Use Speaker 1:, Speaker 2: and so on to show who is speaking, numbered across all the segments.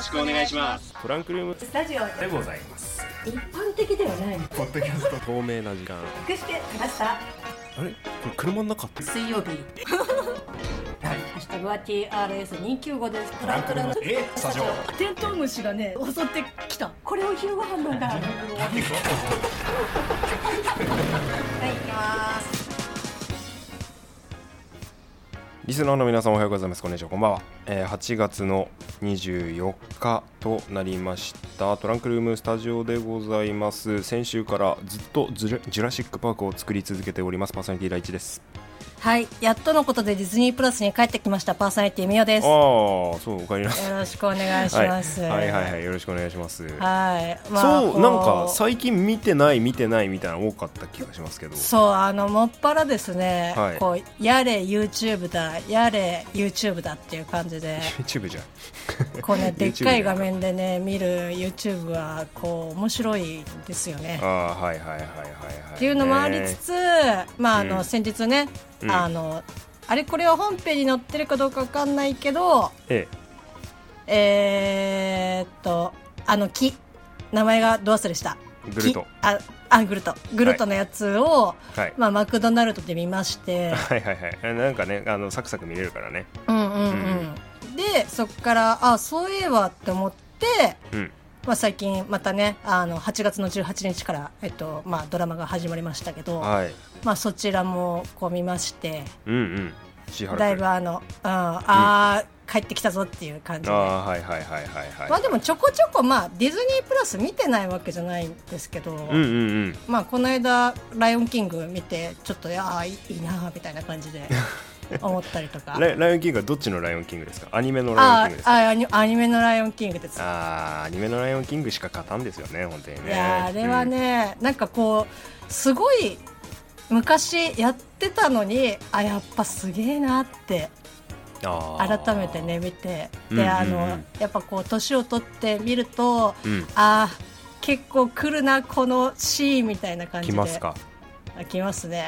Speaker 1: しくお願いします
Speaker 2: トランクルーム
Speaker 3: スタジオ
Speaker 2: でございます
Speaker 3: 一般的ではない
Speaker 2: ポッドキャスト透明な時間
Speaker 3: 美しく話した
Speaker 2: あれこれ車の中って
Speaker 3: 水 曜日はいハッシュタグは TRS295 ですトランクルーム
Speaker 2: えスタジオ
Speaker 4: テントウムシがね襲ってきた
Speaker 3: これお昼ご飯なんだはい行きます
Speaker 2: リスナーの皆さんおはようございますこんにちはこんばんは、えー、8月の24日となりましたトランクルームスタジオでございます先週からずっとジュラジュラシックパークを作り続けておりますパーソナリティ第一です
Speaker 4: はいやっとのことでディズニープラスに帰ってきましたパーソナリティみよで
Speaker 2: ああ
Speaker 4: すよ
Speaker 2: そうお帰りなさい
Speaker 4: ろしくお願いします
Speaker 2: はい、はいはいはいよろしくお願いします、
Speaker 4: はい
Speaker 2: そうなんか
Speaker 4: こ
Speaker 2: 最近見てない見てないみたいなの多かった気がしますけど
Speaker 4: そうあのもっぱらですね、
Speaker 2: はい
Speaker 4: こうやれ YouTube だやれ YouTube だっていう感じ で
Speaker 2: YouTube じゃん
Speaker 4: こうね
Speaker 2: YouTube
Speaker 4: でっかい画面でね見る YouTube はこう面白いですよね
Speaker 2: ああはいはいはいはいはい
Speaker 4: っていうのもありつつ、まああの、
Speaker 2: うん
Speaker 4: 先日ね、
Speaker 2: うん
Speaker 4: あのあれこれは本編に載ってるかどうかわかんないけど
Speaker 2: え
Speaker 4: えー、っとあの木名前がどう忘れした
Speaker 2: えグルト
Speaker 4: 木ああグルトグルトのやつを、
Speaker 2: はい
Speaker 4: まあ、マクドナルドで見ま して
Speaker 2: はいはいはいあなんかねあのサクサク見れるからね
Speaker 4: うんうんうん、でそこからあそういえばって思って、
Speaker 2: うん
Speaker 4: まあ、最近またねあの8月の18日から、えっとまあ、ドラマが始まりましたけど、
Speaker 2: はい
Speaker 4: まあ、そちらもこう見まして
Speaker 2: うんうんシーハラ
Speaker 4: だいぶあの、うん、あー、帰ってきたぞっていう感じ
Speaker 2: あ
Speaker 4: で。
Speaker 2: あはいはいはいはいはい
Speaker 4: まあでもちょこちょこまあディズニープラス見てないわけじゃないんですけど、
Speaker 2: うんうんうん
Speaker 4: まあこの間「ライオンキング」見てちょっとああいいいなーみたいな感じで思ったりとか
Speaker 2: ライライオンキングはどっちのライオンキングですかアニメのライオン
Speaker 4: あ
Speaker 2: キングで
Speaker 4: あ
Speaker 2: すか
Speaker 4: アニアニメの「ライオンキング」です
Speaker 2: あーアニメのライオンキングしか勝たんですよね本当に
Speaker 4: い
Speaker 2: ね
Speaker 4: やーあれはね、なんかこうすごい昔やってたのにあやっぱすげえなって
Speaker 2: うんあー
Speaker 4: 改めてね見て
Speaker 2: うんうんう
Speaker 4: で
Speaker 2: ん
Speaker 4: あのやっぱこう年を取って見ると
Speaker 2: うん
Speaker 4: あー結構来るなこのシーンみたいな感じ
Speaker 2: 来
Speaker 4: で
Speaker 2: ますか
Speaker 4: あ来ますね、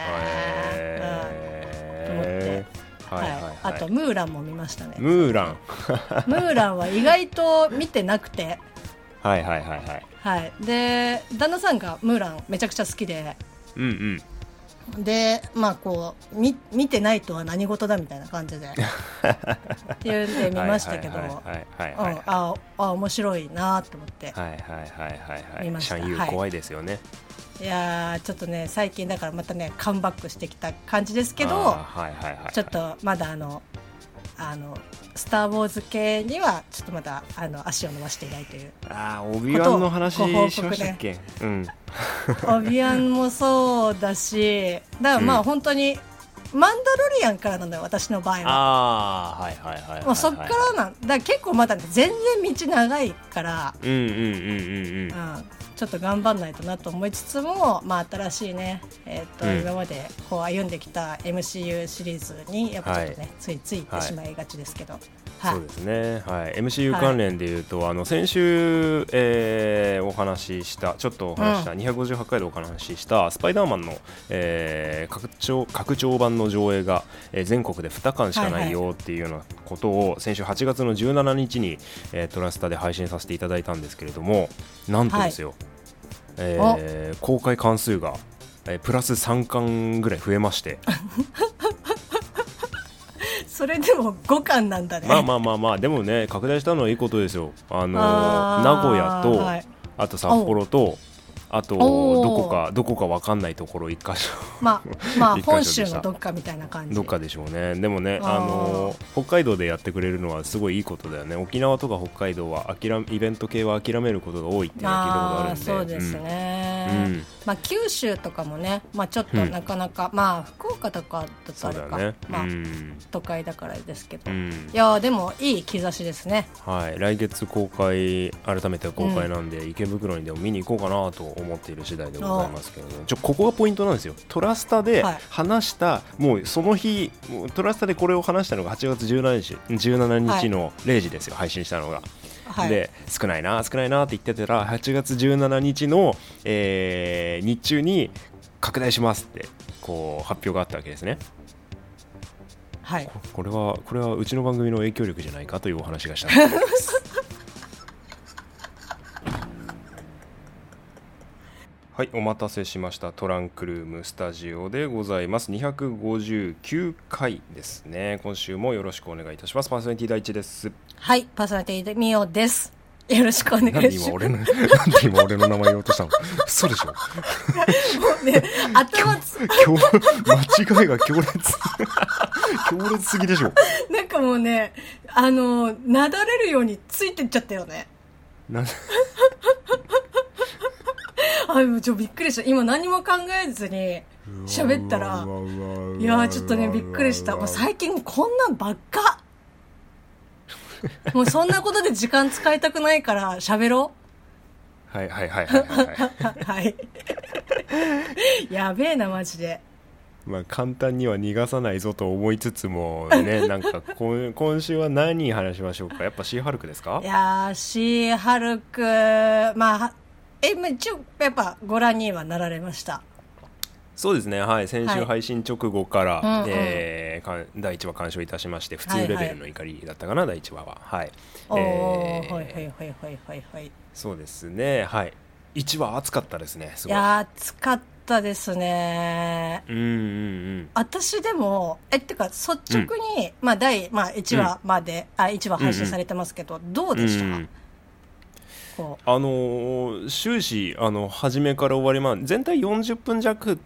Speaker 4: う
Speaker 2: へー
Speaker 4: ん
Speaker 2: は
Speaker 4: はいい
Speaker 2: はいはい
Speaker 4: あとムーランも見ましたねム
Speaker 2: ムーラン
Speaker 4: ーランは意外と見てなくて
Speaker 2: はいはいはいはい
Speaker 4: はいで旦那さんがムーランめちゃくちゃ好きで
Speaker 2: うんうん
Speaker 4: でまあこう見見てないとは何事だみたいな感 じでっていうんで見ましたけどう
Speaker 2: は
Speaker 4: ん
Speaker 2: いはいはいはいはいはい
Speaker 4: ああ面白いなと思って、
Speaker 2: はいはいはいは
Speaker 4: 見
Speaker 2: いは
Speaker 4: ま
Speaker 2: い
Speaker 4: した
Speaker 2: シャンユ
Speaker 4: は
Speaker 2: ー
Speaker 4: い
Speaker 2: 怖いですよね
Speaker 4: い、やーちょっとね最近だからまたねカムバックしてきた感じですけ
Speaker 2: あ
Speaker 4: ど
Speaker 2: ーはいはいはい
Speaker 4: ちょっとまだあのあのスター・ウォーズ系にはちょっとまだあの足を伸ばしていないと いう
Speaker 2: ああオビワンの話
Speaker 4: ことをご報告
Speaker 2: しましたっけうん
Speaker 4: オビアンもそうだしだからま
Speaker 2: うん
Speaker 4: あ本当に、マンダロリアンからなのよ私の場合は。
Speaker 2: ああはいはいはいはい
Speaker 4: もうそっからなんだから結構まだね全然道長いから、
Speaker 2: うんうんうんうんうん
Speaker 4: うん、ちょっと頑張んないとなと思いつつも、まあ、新しいね、えーと
Speaker 2: うん
Speaker 4: 今までこう歩んできた MCU シリーズにやっぱちょっとね、
Speaker 2: は
Speaker 4: ついついて
Speaker 2: はい
Speaker 4: しまいがちですけど、はい
Speaker 2: そうですね、はい、MCU
Speaker 4: はい
Speaker 2: 関連でいうと、あの先週、えーお話ししたちょっとお話しした、258回でお話ししたスパイダーマンの、えー拡張拡張版の上映が、えー全国で2巻しかないよっていうようなことを先週8月の17日に、えートラスタで配信させていただいたんですけれどもなんとですよ、えー公開巻数が、えープラス3巻ぐらい増えまして。
Speaker 4: それでも5巻なんだね。
Speaker 2: まあまあまあまあでもね拡大したのはいいことですよあの
Speaker 4: あー
Speaker 2: 名古屋と、
Speaker 4: はい
Speaker 2: あと札幌とあとど
Speaker 4: おー
Speaker 2: こかどこかわかんないところ一箇 所
Speaker 4: まあ、まあ、
Speaker 2: 一箇所
Speaker 4: 本
Speaker 2: でした
Speaker 4: 州のどっかみたいな感じ。
Speaker 2: どっかでしょうねでもね
Speaker 4: あ
Speaker 2: あ
Speaker 4: ー
Speaker 2: の北海道でやってくれるのはすごいいいことだよね沖縄とか北海道は諦めイベント系は諦めることが多いっていうのは聞いたことある
Speaker 4: あ
Speaker 2: ん
Speaker 4: ー
Speaker 2: で
Speaker 4: そうですね、
Speaker 2: うんうん
Speaker 4: まあ、九州とかもね、まあ、ちょっとなかなか、まあ福岡とかだと
Speaker 2: そ
Speaker 4: あ
Speaker 2: う
Speaker 4: れ
Speaker 2: だよ
Speaker 4: か、
Speaker 2: ね、
Speaker 4: まあ
Speaker 2: うん、
Speaker 4: 都会だからですけど、
Speaker 2: う
Speaker 4: い
Speaker 2: ん
Speaker 4: やーでもいい兆しですね
Speaker 2: はい、来月公開改めて公開なんで、池袋にでも見に行こうかなと思っている次第でございますけれどもちょここがポイントなんですよトラスタで
Speaker 4: はい
Speaker 2: 話した、もうその日もうトラスタでこれを話したのが8月17日17日の0時ですよ、配信したのが、
Speaker 4: はい
Speaker 2: で少ないな少ないなって言ってたら8月17日の、えー日中に拡大しますってこう発表があったわけですね
Speaker 4: はい
Speaker 2: ここれはこれはうちの番組の影響力じゃないかというお話がしたんです はい、お待たせしました。トランクルームスタジオでございます。259回ですね。今週もよろしくお願いいたします。パーソナリティ第一です。
Speaker 4: はい、パーソナリティでみおです。よろしくお願
Speaker 2: なん
Speaker 4: い
Speaker 2: で
Speaker 4: し
Speaker 2: 今
Speaker 4: ます。
Speaker 2: 俺の、なん で今俺の名前言おうとしたの嘘でしょ
Speaker 4: ね、頭つ、
Speaker 2: 強 間違いが強烈。 強烈すぎでしょ。
Speaker 4: なんかもうね、あの、なだれるようについてっちゃったよね。
Speaker 2: な
Speaker 4: あ、もうちょ、びっくりした。今何も考えずに喋ったら、いやーちょっとね、びっくりした。もう最近こんなんばっか。もうそんなことで時間使いたくないから喋ろ
Speaker 2: はいはいはいはいはいはい。
Speaker 4: う。はい。 やべえな、マジで。
Speaker 2: まあ簡単には逃がさないぞと思いつつも ね、なんか今今週は何話しましょうか。やっぱシーハルクですか
Speaker 4: い？やー、シーハルク、まあは、え、まあ、一応、やっぱご覧にはなられました。
Speaker 2: そうですね。はい。先
Speaker 4: は
Speaker 2: 週
Speaker 4: い
Speaker 2: 配信直後から、
Speaker 4: うんうん
Speaker 2: えーかん第一話鑑賞いたしまして、普通レベルの怒りだったかな、第一話は。はい。
Speaker 4: おー、
Speaker 2: えー
Speaker 4: はいはいはいはいはいはい。い
Speaker 2: そうですね。はい。一話熱かったですね。すごい。
Speaker 4: やー、暑かったですね。
Speaker 2: うんうん
Speaker 4: 私でも、え、ってか、率直に、まあ、第、まあ、1話まで、あ、1話配信されてますけど、どう
Speaker 2: うん。
Speaker 4: でした、
Speaker 2: うんうん
Speaker 4: こう。
Speaker 2: あのー終始あの初めから終わりまで全体40分弱っ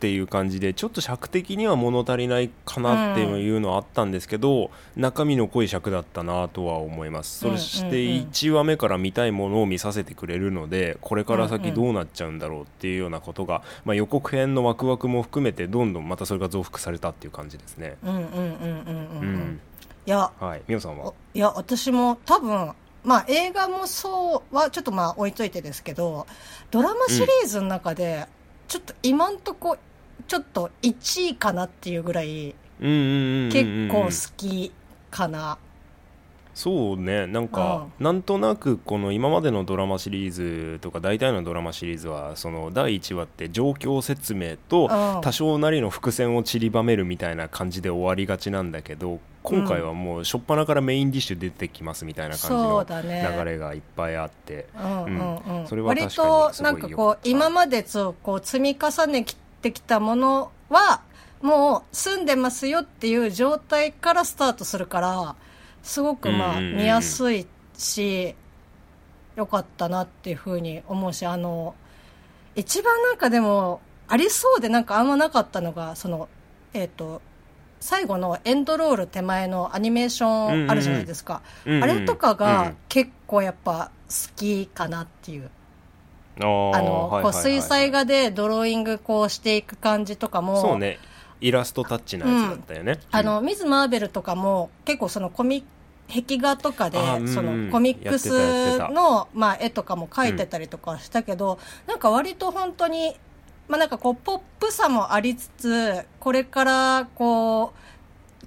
Speaker 2: ていう感じでちょっと尺的には物足りないかなっていうのはあったんですけど、中身の濃い尺だったなとは思います
Speaker 4: うん
Speaker 2: そ
Speaker 4: うんうん
Speaker 2: して1話目から見たいものを見させてくれるのでこれから先どうなっちゃうんだろうっていうようなことが、まあ、予告編のワクワクも含めてどんどんまたそれが増幅されたっていう感じですね。
Speaker 4: うんうんうんうんうん。う
Speaker 2: うんん、
Speaker 4: いや、
Speaker 2: はい、みおさんは
Speaker 4: おいや、私も多分、まあ映画もそうはちょっとまあ置いといてですけど、ドラマシリーズの中で、ちょっと今んとこ、ちょっと1位かなっていうぐらい、
Speaker 2: うんうんうんうんうん
Speaker 4: 結構好きかな。
Speaker 2: そうねなんか、なんとなくこの今までのドラマシリーズとか大体のドラマシリーズはその第1話って状況説明と
Speaker 4: うん
Speaker 2: 多少なりの伏線を散りばめるみたいな感じで終わりがちなんだけど今回はもう初っ端からメインディッシュ出てきますみたいな
Speaker 4: そう
Speaker 2: 感
Speaker 4: だ
Speaker 2: じ
Speaker 4: ね。
Speaker 2: の流れがいっぱいあって。
Speaker 4: うんうんうん
Speaker 2: それは
Speaker 4: 割
Speaker 2: 確か
Speaker 4: と
Speaker 2: にすごい
Speaker 4: なんか
Speaker 2: 良
Speaker 4: こ
Speaker 2: か
Speaker 4: う
Speaker 2: った
Speaker 4: 今までそうこう積み重ねてきたものはもう住んでますよっていう状態からスタートするからすごくまあ
Speaker 2: うんうんうん
Speaker 4: 見やすいし良かったなっていうふうに思うしあの一番なんかでもありそうでなんかあんまなかったのがそのえっ、と最後のエンドロール手前のアニメーションあるじゃないですか、
Speaker 2: うんうん
Speaker 4: あれとか
Speaker 2: うんう
Speaker 4: が
Speaker 2: ん
Speaker 4: 結構やっぱ好きかなっていう。
Speaker 2: あー
Speaker 4: あの、
Speaker 2: はい
Speaker 4: こう
Speaker 2: はいはいはい
Speaker 4: 水彩画でドローイングこうしていく感じとかも、
Speaker 2: そうねイラストタッチなやつだったよね、
Speaker 4: あの、ミズ・マーベルとかも結構そのコミ、壁画とかで
Speaker 2: あうん、
Speaker 4: そ
Speaker 2: うん
Speaker 4: のコミック
Speaker 2: やって
Speaker 4: ス
Speaker 2: たやって
Speaker 4: の、まあ絵とかも描いてたりとかしたけど、なんか割と本当に、まあなんかこうポップさもありつつ、これからこう、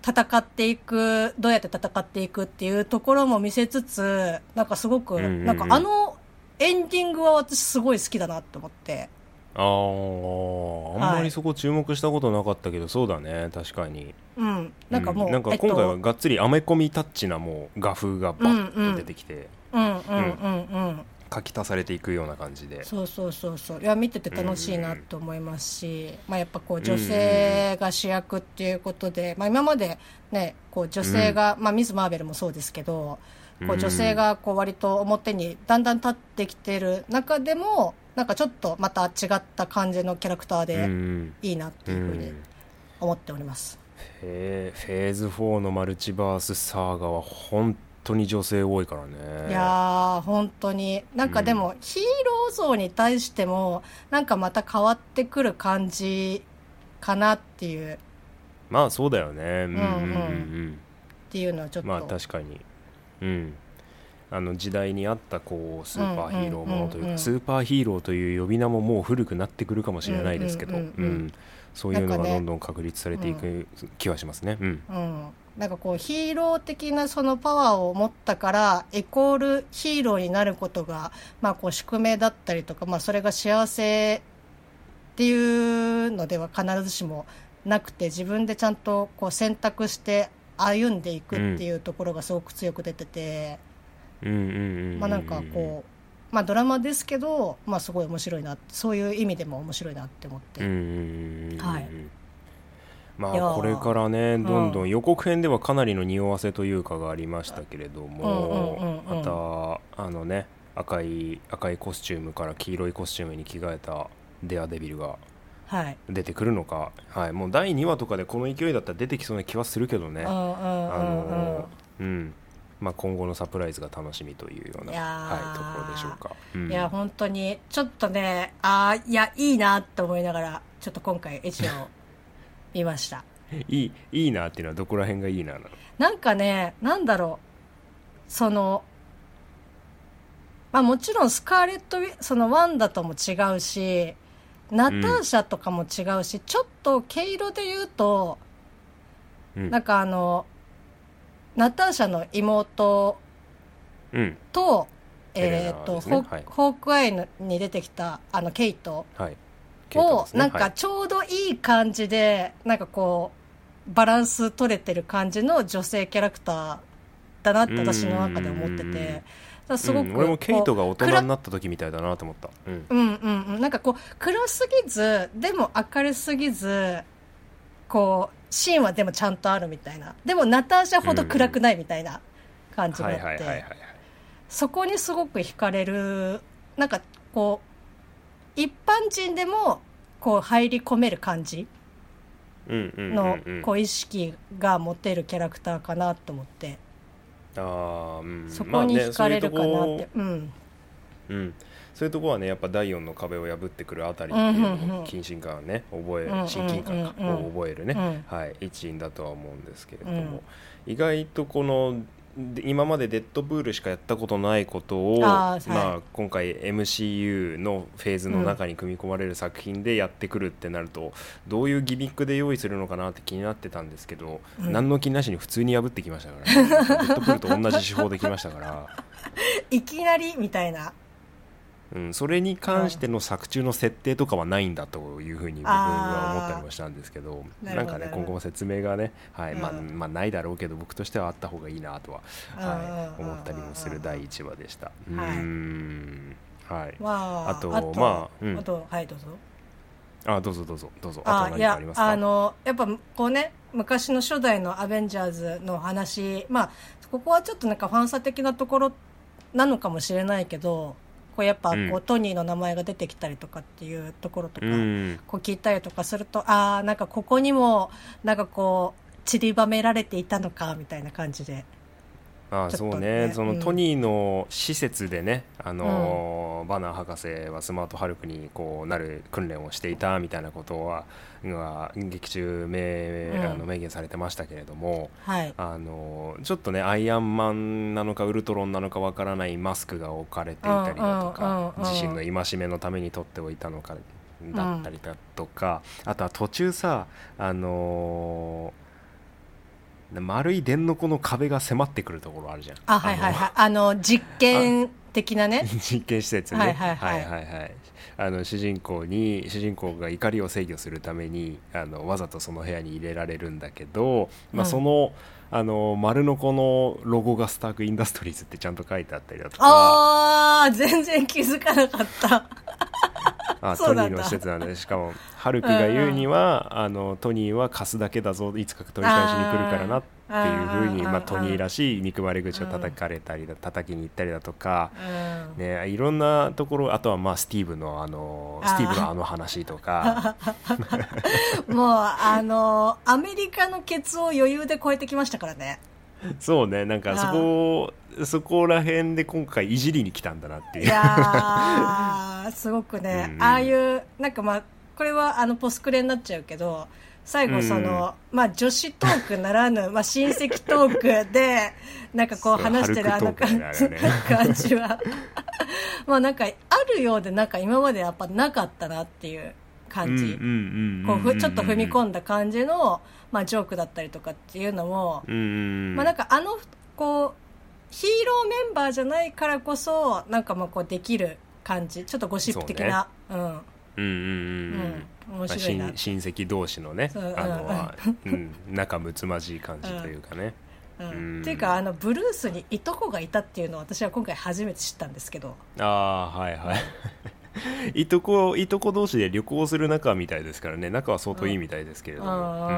Speaker 4: 戦っていく、どうやって戦っていくっていうところも見せつつ、なんかすごく、
Speaker 2: うんうんうん
Speaker 4: なんかあのエンディングは私すごい好きだなと思って。
Speaker 2: あーあんまりそこ注目したことなかったけど、そうだね確かに
Speaker 4: うん、なんかもう、
Speaker 2: なんか
Speaker 4: えっと
Speaker 2: 今回はがっつりアメコミタッチなもう画風がバッと出てきて
Speaker 4: うんうんうんうん、
Speaker 2: 書き足されていくような感じで、
Speaker 4: そうそうそうそういや見てて楽しいなと思いますし、まあ、やっぱこう女性が主役っていうことで、まあ、今まで、ね、こう女性が、まあ、ミズ・マーベルもそうですけどこ
Speaker 2: う
Speaker 4: うん女性がこう割と表にだんだん立ってきてる中でもなんかちょっとまた違った感じのキャラクター
Speaker 2: うんう
Speaker 4: で
Speaker 2: ん
Speaker 4: いいなって
Speaker 2: う
Speaker 4: いうふうに
Speaker 2: ん
Speaker 4: 思っております。
Speaker 2: フェフェーズ4のマルチバースサーガは本当に女性多いからね
Speaker 4: いやー本当になんかでも、ヒーロー像に対してもなんかまた変わってくる感じかなっていうっ
Speaker 2: まあそうだよねうんうんうん
Speaker 4: うんう
Speaker 2: うん
Speaker 4: ていうのはちょっと、
Speaker 2: まあ確かにうんあの時代にあったこうスーパーヒーローものと
Speaker 4: うん
Speaker 2: いう
Speaker 4: うんうんう
Speaker 2: か
Speaker 4: ん
Speaker 2: スーパーヒーローという呼び名ももう古くなってくるかもしれないですけど
Speaker 4: う
Speaker 2: うん
Speaker 4: うんうんうん
Speaker 2: んそういうの
Speaker 4: なん
Speaker 2: が
Speaker 4: かね
Speaker 2: どんどん確立されていく気はしますねうん
Speaker 4: うん、なんかこうヒーロー的なそのパワーを持ったからイコールヒーローになることが、まあ、こう宿命だったりとか、まあ、それが幸せっていうのでは必ずしもなくて自分でちゃんとこう選択して歩んでいくっていうところがすごく強く出てて。
Speaker 2: うんうんうんうんうん
Speaker 4: まあなんかこまあ、ドラマですけど、まあ、すごい面白いなそういう意味でも面白いなって思って、
Speaker 2: うんうんうん
Speaker 4: はい
Speaker 2: ま
Speaker 4: いや
Speaker 2: あ
Speaker 4: ー
Speaker 2: これからね
Speaker 4: ん
Speaker 2: どんどん予告編ではかなりの匂わせというかがありましたけれども、
Speaker 4: うんうんうんうん
Speaker 2: またあのね赤い赤いコスチュームから黄色いコスチュームに着替えたデアデビルが
Speaker 4: はい
Speaker 2: 出てくるのか、はい、もう第2話とかでこの勢いだったら出てきそうな気はするけど
Speaker 4: う
Speaker 2: ね、
Speaker 4: んうん
Speaker 2: あ
Speaker 4: うんうん
Speaker 2: のーうんまあ、今後のサプライズが楽しみというようない
Speaker 4: やー
Speaker 2: はい、ところでしょうか。うん
Speaker 4: いや本当にちょっとねあーいやいいなと思いながらちょっと今回エチを見ま した
Speaker 2: いいいいなっていうのはどこら辺がいいななの
Speaker 4: なんかね、なんだろう、その、まあもちろんスカーレットウィ、そのワンダとも違うし、ナターシャとかも違うし、ちょっと毛色で言うと、
Speaker 2: うん
Speaker 4: なんかあの、ナターシャの妹
Speaker 2: うん
Speaker 4: と、
Speaker 2: エレナ
Speaker 4: えっ、と、
Speaker 2: ですね
Speaker 4: ホー
Speaker 2: はい
Speaker 4: ホークアイのに出てきた、あの、ケイト
Speaker 2: はい、ケイト
Speaker 4: を、
Speaker 2: ですね
Speaker 4: なん
Speaker 2: は
Speaker 4: か
Speaker 2: い
Speaker 4: ちょうどいい感じで、なんかこう、バランス取れてる感じの女性キャラクターだなって私の中で思って
Speaker 2: うんうんうん
Speaker 4: て、だからすごく、
Speaker 2: うん、俺もケイトが大
Speaker 4: こう
Speaker 2: 人に
Speaker 4: 暗
Speaker 2: なった時みたいだなと思った、うん
Speaker 4: うんうんうん、なんかこう、暗すぎず、でも明るすぎず、こう、シーンはでもちゃんとあるみたいな。でもナターシャほど暗くないみたいな感じが
Speaker 2: は
Speaker 4: あ
Speaker 2: いはい
Speaker 4: っ
Speaker 2: はいはい
Speaker 4: て、そこにすごく惹かれる、なんかこう、一般人でも、こう入り込める感じ
Speaker 2: うんうん
Speaker 4: の
Speaker 2: うんうん
Speaker 4: こう意識が持てるキャラクターかなと思って、
Speaker 2: あーうん
Speaker 4: そこに
Speaker 2: まあね
Speaker 4: 惹かれるかな
Speaker 2: そう
Speaker 4: っ
Speaker 2: いう
Speaker 4: て
Speaker 2: とこ、
Speaker 4: うん
Speaker 2: うんそういうとこはねやっぱ第4の壁を破ってくるあたりっていうの
Speaker 4: うんうんうん
Speaker 2: も謹慎感をね覚
Speaker 4: うんうんうんうん
Speaker 2: え親近感かを覚えるね、
Speaker 4: うん
Speaker 2: はい、一因だとは思うんですけれども、意外とこので今までデッドプールしかやったことないことを
Speaker 4: あーはい
Speaker 2: まあ、今回 MCU のフェーズの中に組み込まれる作品でやってくるってなると、どういうギミックで用意するのかなって気になってたんですけど、
Speaker 4: うん
Speaker 2: 何の気なしに普通に破ってきましたから、ね、デッドプールと同じ手法できましたから。
Speaker 4: いきなりみたいな
Speaker 2: うん、それに関しての作中の設定とかはないんだというふうに僕は思ったりもしたんですけど
Speaker 4: あー
Speaker 2: な
Speaker 4: なる
Speaker 2: ん
Speaker 4: ほど
Speaker 2: かね
Speaker 4: なるほど
Speaker 2: 今後も説明がね、はいまあ
Speaker 4: うん
Speaker 2: まあ、ないだろうけど僕としてはあった方がいいなとは、は
Speaker 4: う
Speaker 2: い、
Speaker 4: んうんうんうんうん
Speaker 2: 思ったりもする第1話でした。う
Speaker 4: はい
Speaker 2: ーんはい、
Speaker 4: まあ
Speaker 2: あとまあうん
Speaker 4: あとはいどうぞ
Speaker 2: あどうぞどうぞどうぞあ
Speaker 4: あ
Speaker 2: と
Speaker 4: い
Speaker 2: 何かあ
Speaker 4: や
Speaker 2: りますか
Speaker 4: あのやっぱこうね昔の初代のアベンジャーズの話まあここはちょっとなんかファンサ的なところなのかもしれないけどこうやっぱこう、
Speaker 2: うん
Speaker 4: トニーの名前が出てきたりとかっていうところとか、
Speaker 2: うん
Speaker 4: こう聞いたりとかするとああなんかここにもなんかこう散りばめられていたのかみたいな感じでち
Speaker 2: あ
Speaker 4: ょっと
Speaker 2: そうね
Speaker 4: ね
Speaker 2: その、
Speaker 4: うん
Speaker 2: トニーの施設でね、あのーバナー博士はスマートハルクにこうなる訓練をしていたみたいなことはが劇中明,、
Speaker 4: うん
Speaker 2: あの明言されてましたけれども、
Speaker 4: はい
Speaker 2: あのーちょっとねアイアンマンなのかウルトロンなのかわからないマスクが置かれていたりだとか、
Speaker 4: うんうんうんうん
Speaker 2: 自身の戒めのために取っておいたのかだったりだとか、あとは途中さあのー丸い電のこの壁が迫ってくるところあるじゃん。
Speaker 4: あはいはいはいあの実験的なね
Speaker 2: 実験施設ね
Speaker 4: はいはいはい
Speaker 2: はいはいあの主人公に主人公が怒りを制御するためにあのわざとその部屋に入れられるんだけど、まあ、
Speaker 4: うん
Speaker 2: その,、あの丸のこのロゴがスターク・インダストリーズってちゃんと書いてあったりだとか
Speaker 4: ああ全然気づかなかった
Speaker 2: あ
Speaker 4: そ
Speaker 2: ト
Speaker 4: う
Speaker 2: ニ
Speaker 4: な
Speaker 2: ー
Speaker 4: んだ
Speaker 2: の施設なんでしかもハルクが言うには、あのトニーは貸すだけだぞいつか取り返しに来るからなっていうふうに
Speaker 4: あー
Speaker 2: まあ、
Speaker 4: あー
Speaker 2: トニーらしい憎まれ口を叩かれたりだ叩きに行ったりだとか。
Speaker 4: うん
Speaker 2: ね、いろんなところあとはまあスティーブのあの
Speaker 4: あー
Speaker 2: スティーブのあの話とか
Speaker 4: もうあのアメリカのケツを余裕で超えてきましたからね
Speaker 2: そうねなんかそこそこら辺で今回いじりに来たんだなってい
Speaker 4: いうやーすごくね、
Speaker 2: うん
Speaker 4: ああいうなんかまあこれはあのポスクレになっちゃうけど最後その、まあ女子トークならぬ まあ親戚トークでなんかこう
Speaker 2: そう
Speaker 4: 話してるあ
Speaker 2: ハ
Speaker 4: の
Speaker 2: ルクトー
Speaker 4: 感
Speaker 2: クだ
Speaker 4: じ,、
Speaker 2: ね
Speaker 4: 感じは まあなんかあるようでなんか今までやっぱなかったなっていう感じ、こうふちょっと踏み込
Speaker 2: ん
Speaker 4: んだ感じの、まあ、ジョークだったりとかっていうのも、
Speaker 2: うんうん
Speaker 4: まあ、なんかあのこうヒーローメンバーじゃないからこそなんかまあこうできる感じちょっとゴシップ的なう,、
Speaker 2: うんう
Speaker 4: ん、
Speaker 2: んうん
Speaker 4: うん、
Speaker 2: ま
Speaker 4: 面
Speaker 2: あ
Speaker 4: 白いな、
Speaker 2: 親親戚同士のね
Speaker 4: そう
Speaker 2: あの、うん、仲睦まじい感じというか
Speaker 4: う
Speaker 2: ね、
Speaker 4: ん
Speaker 2: うん
Speaker 4: っていうかあのブルースにいとこがいたっていうのを私は今回初めて知ったんですけど
Speaker 2: ああはいはい いとこいとこ同士で旅行する仲みたいですからね仲は相当いいみたいですけれ
Speaker 4: う
Speaker 2: ど
Speaker 4: んうん
Speaker 2: も、う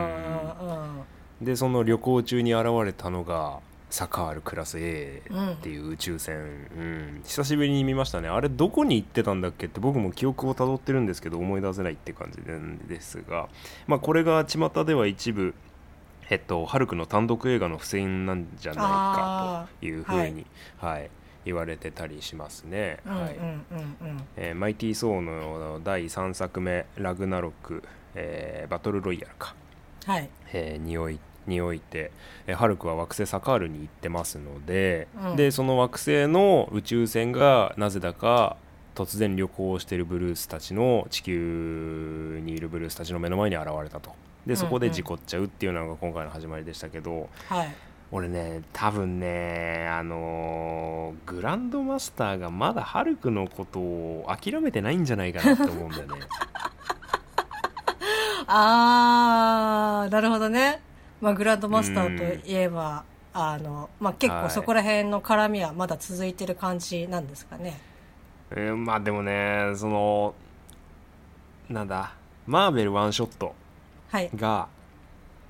Speaker 2: んでその旅行中に現れたのがサカールクラス A っていう宇宙船、うん久しぶりに見ましたねあれどこに行ってたんだっけって僕も記憶をたどってるんですけど思い出せないって感じなんですが、まあ、これが巷では一部、えっと、ハルクの単独映画の付箋なんじゃないかというふうに、はい言われてたりしますね。
Speaker 4: うんうん
Speaker 2: はい
Speaker 4: うんうん
Speaker 2: えーマイティー・ソーの第3作目「ラグナロク」えーバトル・ロイヤル」か。
Speaker 4: はい
Speaker 2: えーにおいにおいて、えーハルクは惑星サカールに行ってますので、
Speaker 4: うん
Speaker 2: でその惑星の宇宙船がなぜだか突然旅行をしているブルースたちの地球にいるブルースたちの目の前に現れたとでそこで事故っちゃうっていうのが今回の始まりでしたけど、
Speaker 4: はい
Speaker 2: 俺ね多分ねあのーグランドマスターがまだハルクのことを諦めてないんじゃないかなって思うんだよね。
Speaker 4: あーなるほどね、まあ、グランドマスターといえば、あのまあ、結
Speaker 2: はい
Speaker 4: 構そこら辺の絡みはまだ続いてる感じなんですかね、
Speaker 2: えーまあでもねそのなんだマーベルワンショット
Speaker 4: はい、
Speaker 2: が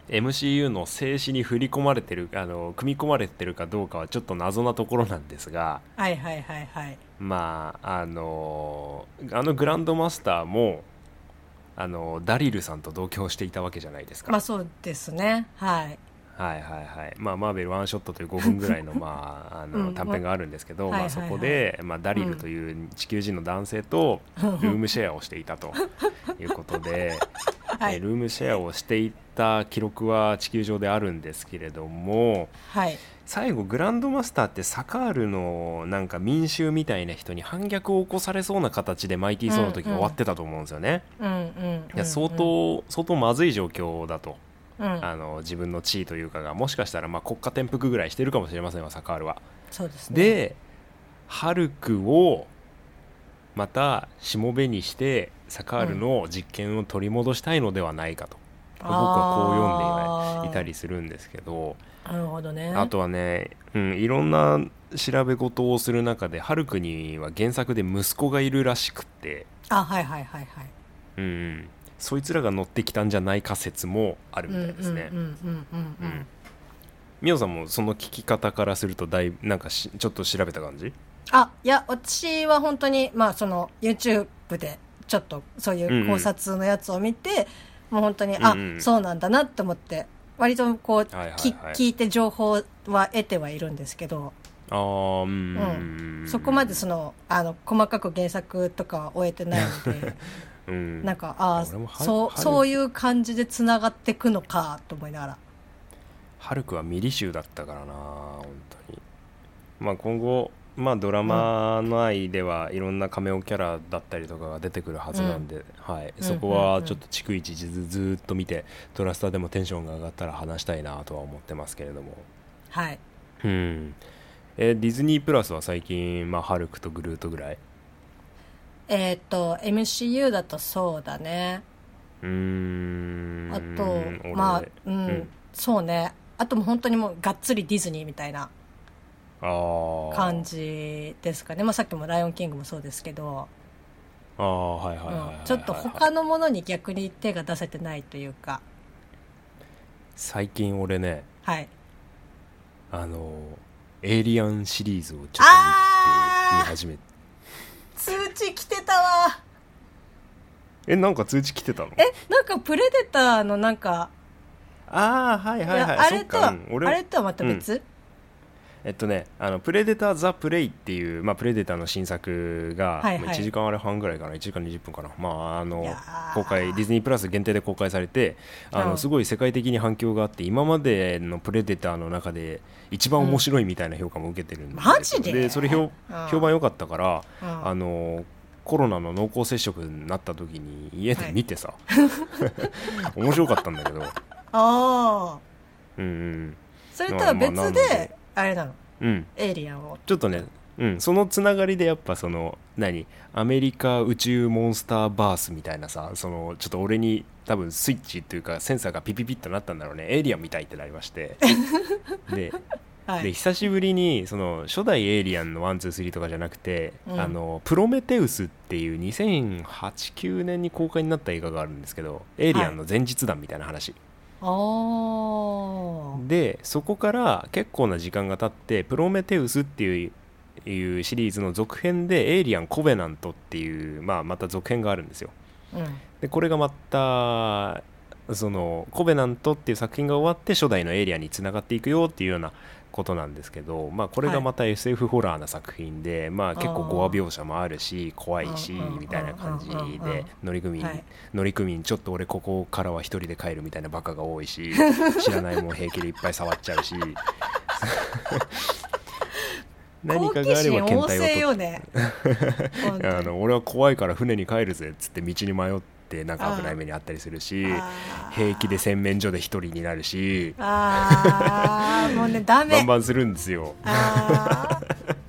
Speaker 2: MCU の静止に振り込まれてるあの組み込まれてるかどうかはちょっと謎なところなんですが
Speaker 4: はいはいはいはい
Speaker 2: まああのあのグランドマスターもあのダリルさんと同居していたわけじゃないですか、
Speaker 4: まあそうですねはい
Speaker 2: はいはいはいまあマーベルワンショットという5分ぐらいのまああ
Speaker 4: う
Speaker 2: の
Speaker 4: ん
Speaker 2: 短編があるんですけ
Speaker 4: ま
Speaker 2: ど、
Speaker 4: あ
Speaker 2: ま
Speaker 4: は
Speaker 2: あ
Speaker 4: い
Speaker 2: そ
Speaker 4: はいはい
Speaker 2: こでまあダリルという地球人の男性とルームシェアをしていたということで
Speaker 4: は
Speaker 2: え
Speaker 4: い
Speaker 2: ルームシェアをしていた記録は地球上であるんですけれども
Speaker 4: はい
Speaker 2: 最後グランドマスターってサカールのなんか民衆みたいな人に反逆を起こされそうな形でマイティー・ソーの時
Speaker 4: うんうん
Speaker 2: 終わってたと思うんですよね。
Speaker 4: うんうんうん
Speaker 2: いや相当相当まずい状況だと
Speaker 4: うん
Speaker 2: あの自分の地位というかがもしかしたらまあ国家転覆ぐらいしてるかもしれませんわサカールは。
Speaker 4: そうですね
Speaker 2: でハルクをまたしもべにしてサカールの実権を取り戻したいのではないかと、僕はこう読んでいたりするんですけど
Speaker 4: あーなるほどね
Speaker 2: あとはね、うん、いろんな調べ事をする中でハルクには原作で息子がいるらしくって、
Speaker 4: あはいはいはいはい
Speaker 2: うんうん、そいつらが乗ってきたんじゃないか説もある
Speaker 4: うん
Speaker 2: み
Speaker 4: う
Speaker 2: た
Speaker 4: ん
Speaker 2: いですね。
Speaker 4: うんうんうんう
Speaker 2: うんんみおさんもその聞き方からするとだいぶなんかしちょっと調べた感じ
Speaker 4: あいや私は本当にまあその YouTube でちょっとそういう考察のやつを見て、もう本当に、
Speaker 2: うんうん
Speaker 4: あそうなんだなって思って割とこう、
Speaker 2: はいはいはい
Speaker 4: き聞いて情報は得てはいるんですけど、
Speaker 2: あーうん、
Speaker 4: そこまでそのあの細かく原作とかは終えてないので
Speaker 2: うん、
Speaker 4: なんかああ
Speaker 2: 俺もは
Speaker 4: そう
Speaker 2: は
Speaker 4: そういう感じでつながってくのかと思いながら
Speaker 2: ハルクはミリ州だったからな本当にまあ今後まあドラマ内ではいろんなカメオキャラだったりとかが出てくるはずなんで、はい、
Speaker 4: うん
Speaker 2: そこはちょっと逐一ずずーっと見てトラスターでもテンションが上がったら話したいなとは思ってますけれども
Speaker 4: はい
Speaker 2: うんえーディズニープラスは最近、まあ、ハルクとグルートぐらい
Speaker 4: えーっ、と MCU だとそうだね
Speaker 2: うーん
Speaker 4: あと
Speaker 2: 俺、
Speaker 4: まあ、うん、
Speaker 2: うん
Speaker 4: そうね。あともう本当にもうがっつりディズニーみたいな
Speaker 2: ああ
Speaker 4: 感じですかね。まあさっきもライオンキングもそうですけど、
Speaker 2: ああはいはいはいはいはい、
Speaker 4: うんちょっと他のものに逆に手が出せてないというか、
Speaker 2: 最近俺ね
Speaker 4: はい。
Speaker 2: あのエイリアンシリーズをちょっと見て見
Speaker 4: あー
Speaker 2: 始め
Speaker 4: 通知来てたわ
Speaker 2: えなんか通知来てたの
Speaker 4: え、なんかプレデターのなんか、
Speaker 2: ああはいはいはい
Speaker 4: いやあれ
Speaker 2: そっ
Speaker 4: と
Speaker 2: か
Speaker 4: は、
Speaker 2: うん俺
Speaker 4: あれとはまた別、
Speaker 2: えっとねあの「プレデター・ザ・プレイ」っていう、まあ、プレデターの新作が、
Speaker 4: はいはい
Speaker 2: 1時間あれ半ぐらいかな1時間20分かな、まあ、あ
Speaker 4: い
Speaker 2: の
Speaker 4: やー
Speaker 2: 公開ディズニープラス限定で公開されてあ
Speaker 4: う
Speaker 2: の
Speaker 4: ん
Speaker 2: すごい世界的に反響があって今までの「プレデター」の中で一番面白いみたいな評価も受けてるんですよ
Speaker 4: マジで
Speaker 2: それ評
Speaker 4: うん
Speaker 2: 評判良かったから、
Speaker 4: うん
Speaker 2: あのコロナの濃厚接触になった時に家で見てさ、 面白かったんだけど、
Speaker 4: ああ。
Speaker 2: うんうん
Speaker 4: それとは別で、
Speaker 2: まあまあなの
Speaker 4: あ
Speaker 2: で
Speaker 4: れなの、
Speaker 2: うん、
Speaker 4: エイリアンを。
Speaker 2: ちょっとね、うん、そのつながりでやっぱその何アメリカ宇宙モンスターバースみたいなさそのちょっと俺に多分スイッチというかセンサーがピピピッとなったんだろうねエイリアンみたいってなりまして で
Speaker 4: は
Speaker 2: で
Speaker 4: い、
Speaker 2: 久しぶりにその初代エイリアンの123とかじゃなくて、
Speaker 4: うん
Speaker 2: あのプロメテウスっていう2008、9年に公開になった映画があるんですけどエイリアンの前日談みたいな話、
Speaker 4: あー
Speaker 2: でそこから結構な時間が経ってプロメテウスっていういうシリーズの続編で「エイリアン・コベナント」っていう、まあ、また続編があるんですよ
Speaker 4: うん
Speaker 2: でこれがまたその「コベナント」っていう作品が終わって初代のエイリアンにつながっていくよっていうようなことなんですけど、まあ、これがまた SF ホラーな作品で、まあ、結構
Speaker 4: あー
Speaker 2: 5話描写もあるし怖いし
Speaker 4: うんうんうん
Speaker 2: みたいな感じ
Speaker 4: うんうんうん
Speaker 2: で乗組員、
Speaker 4: はい
Speaker 2: 乗組員ちょっと俺ここからは一人で帰るみたいなバカが多い し知らないもん平気でいっぱい触っちゃうし 何かがあれば
Speaker 4: 好奇心旺
Speaker 2: 検体を取っ
Speaker 4: 盛よ ね本当に
Speaker 2: あの俺は怖いから船に帰るぜっつって道に迷ってなんか危ない目にあったりするし
Speaker 4: あー
Speaker 2: 平気で洗面所で一人になるし
Speaker 4: ああもうねダメ
Speaker 2: バンバンするんですよ
Speaker 4: あー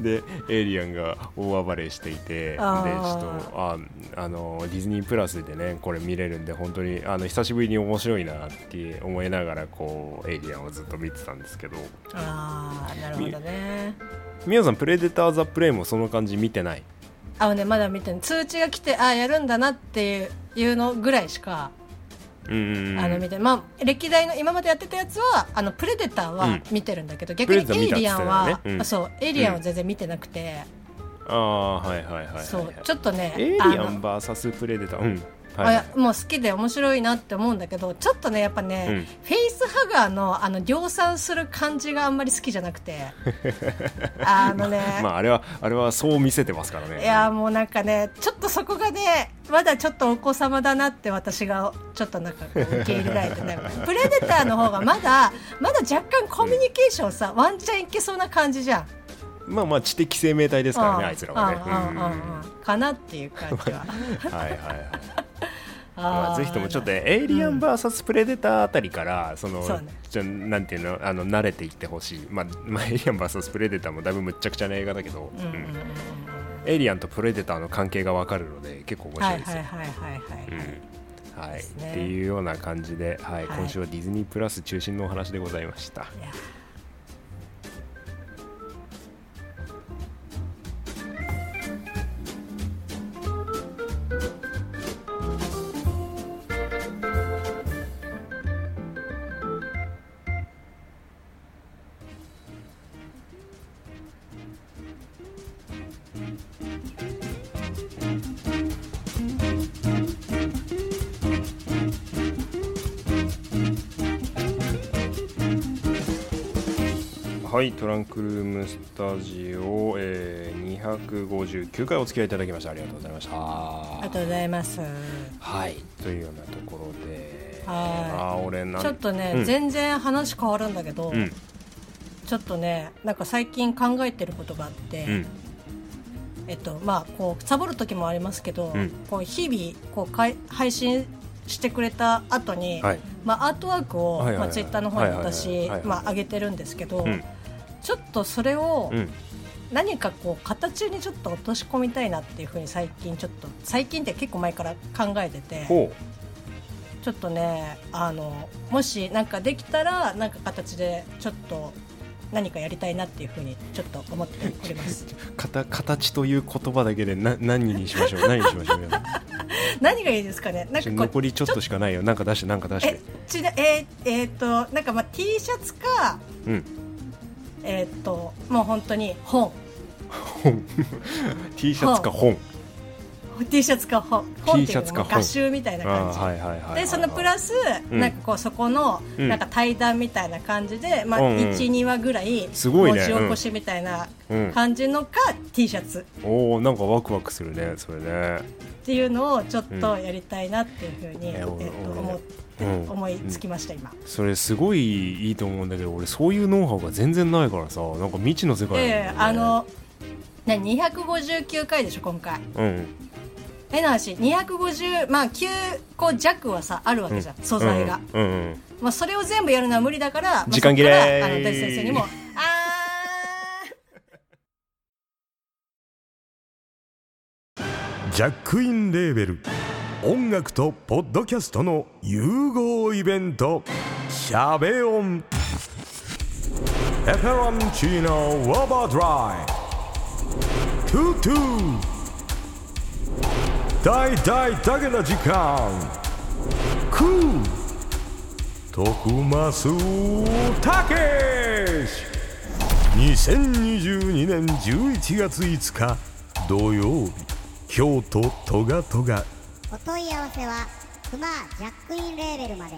Speaker 2: でエイリアンが大暴れしていてでちょっと
Speaker 4: あー
Speaker 2: ああのディズニープラスでねこれ見れるんで本当にあの久しぶりに面白いなって思いながらこうエイリアンをずっと見てたんですけど
Speaker 4: あーなるほどね
Speaker 2: みおさん「プレデター・ザ・プレイ」もその感じ見てない
Speaker 4: あのねまだ見てない通知が来てああやるんだなっていういうのぐらいしか
Speaker 2: うんうんうん
Speaker 4: あの見てまあ歴代の今までやってたやつはあのプレデター
Speaker 2: う
Speaker 4: は
Speaker 2: ん
Speaker 4: 見てるんだけど、逆に
Speaker 2: プ
Speaker 4: エ
Speaker 2: レデター見
Speaker 4: イ
Speaker 2: たって
Speaker 4: リ
Speaker 2: 言っ
Speaker 4: ア
Speaker 2: て
Speaker 4: ン
Speaker 2: たよ
Speaker 4: は、
Speaker 2: ねうん
Speaker 4: そうエイリアンは全然見てなくて、
Speaker 2: あーはいはいはいはいはい
Speaker 4: そうちょっとね
Speaker 2: エイリ
Speaker 4: あ
Speaker 2: ア
Speaker 4: の
Speaker 2: ン VS プレデター、うん
Speaker 4: あ
Speaker 2: はいはい
Speaker 4: もう好きで面白いなって思うんだけどちょっとねやっぱね、
Speaker 2: うん
Speaker 4: フェイスハガーのあの量産する感じがあんまり好きじゃなくて あのね、
Speaker 2: まああれはあれはそう見せてますからね
Speaker 4: いやーもうなんかねちょっとそこがねまだちょっとお子様だなって私がちょっとなんかこう受け入れられて ねプレデターの方がまだまだ若干コミュニケーションさ、ワンチャンいけそうな感じじゃん。
Speaker 2: まあまあ知的生命体ですからね
Speaker 4: うん
Speaker 2: あいつらはね
Speaker 4: うんうんうん
Speaker 2: うん
Speaker 4: うんかなっていう感じ は。
Speaker 2: はいはいはいま
Speaker 4: あ
Speaker 2: あ、
Speaker 4: ー
Speaker 2: ぜひともちょっとねエイリアン VS プレデターあたりから、その
Speaker 4: そうね
Speaker 2: ちょなんていうのあの慣れていってほしい、まあまあ、エイリアン VS プレデターもだいぶむっちゃくちゃな映画だけど、
Speaker 4: うんうん
Speaker 2: う
Speaker 4: うんうん
Speaker 2: んエイリアンとプレデターの関係がわかるので結構面
Speaker 4: は
Speaker 2: 白
Speaker 4: い
Speaker 2: いです
Speaker 4: はい
Speaker 2: よ、
Speaker 4: はいはいはいはい。
Speaker 2: うんはい
Speaker 4: ですね
Speaker 2: っていうような感じで、はい
Speaker 4: はい
Speaker 2: 今週はディズニープラス中心のお話でございました。
Speaker 4: いや
Speaker 2: はい、トランクルームスタジオ、えー、259回お付き合いいただきましてありがとうございました。
Speaker 4: ありがとうございます。
Speaker 2: はい、というようなところで、
Speaker 4: はい
Speaker 2: あー俺なん
Speaker 4: ちょっとね、
Speaker 2: うん
Speaker 4: 全然話変わるんだけど、
Speaker 2: うん
Speaker 4: ちょっとねなんか最近考えてることがあって。
Speaker 2: うん
Speaker 4: えっとまあ、こうサボる時もありますけど、
Speaker 2: うん
Speaker 4: こう日々こうかい配信してくれた後に、
Speaker 2: はい、
Speaker 4: まあアートワークを、
Speaker 2: はいはいはい
Speaker 4: まあ、ツイッターの方に
Speaker 2: はいはい
Speaker 4: 私、
Speaker 2: はいはい
Speaker 4: まあ、上げてるんですけど、
Speaker 2: うん
Speaker 4: ちょっとそれを
Speaker 2: うん
Speaker 4: 何かこう形にちょっと落とし込みたいなっていうふうに最近ちょっと最近って結構前から考えてて
Speaker 2: ほ
Speaker 4: ちょっとねあのもしなんかできたらなんか形でちょっと何かやりたいなっていうふうにちょっと思っており ます。
Speaker 2: う、かた形という言葉だけでな何にしましょ う、何にしましょう皆さん。
Speaker 4: 何がいいですかねなん
Speaker 2: ち
Speaker 4: か
Speaker 2: ょ
Speaker 4: こう
Speaker 2: 残りちょっとしかないよ、なんか出してなんか出し
Speaker 4: え。
Speaker 2: て
Speaker 4: ちなえーえーっとなんかまあ T シャツか
Speaker 2: うん。
Speaker 4: えーっともう本当に本
Speaker 2: 本 T シャツか本。
Speaker 4: T シャツか本本ってい
Speaker 2: T シャ
Speaker 4: う
Speaker 2: ツ
Speaker 4: の
Speaker 2: か
Speaker 4: も
Speaker 2: 本
Speaker 4: 画集みたいな感
Speaker 2: あ
Speaker 4: じ、
Speaker 2: ーはいはいはいはいはい。
Speaker 4: でそのプラス、
Speaker 2: うん
Speaker 4: なんかこうそこの、
Speaker 2: うん
Speaker 4: なんか対談みたいな感じで、まあ
Speaker 2: うんうん
Speaker 4: 12話ぐらい
Speaker 2: すごいね
Speaker 4: 文字起こしみたいな
Speaker 2: うん、
Speaker 4: 感じのか、T シャツ
Speaker 2: おおなんかワクワクするね、それね。
Speaker 4: っていうのをちょっとやりたいなっていうふうに、
Speaker 2: うん
Speaker 4: えーっ
Speaker 2: いや
Speaker 4: と
Speaker 2: 俺
Speaker 4: 思って、
Speaker 2: うん
Speaker 4: 思いつきました今。
Speaker 2: それすごいいいと思うんだけど俺そういうノウハウが全然ないからさなんか未知の世界なんだよ
Speaker 4: で
Speaker 2: ね
Speaker 4: あのね259回でしょ今回。
Speaker 2: うん
Speaker 4: 変な話250まあ9個弱はさあるわけじゃん、素材が、
Speaker 2: うんうんうん
Speaker 4: まあ、それを全部やるのは無理だから、まあ
Speaker 2: 時間切れ
Speaker 4: そっからあの大地先生にもあ
Speaker 1: ジャックインレーベル音楽とポッドキャストの融合イベント「シャベオン」「エフェロンチーノウォーバードライ」「トゥトゥ」「大大だけな時間」「クー」「徳増たけし」2022年11月5日土曜日京都トガトガ
Speaker 5: お問い合わせはクマージャックインレーベルまで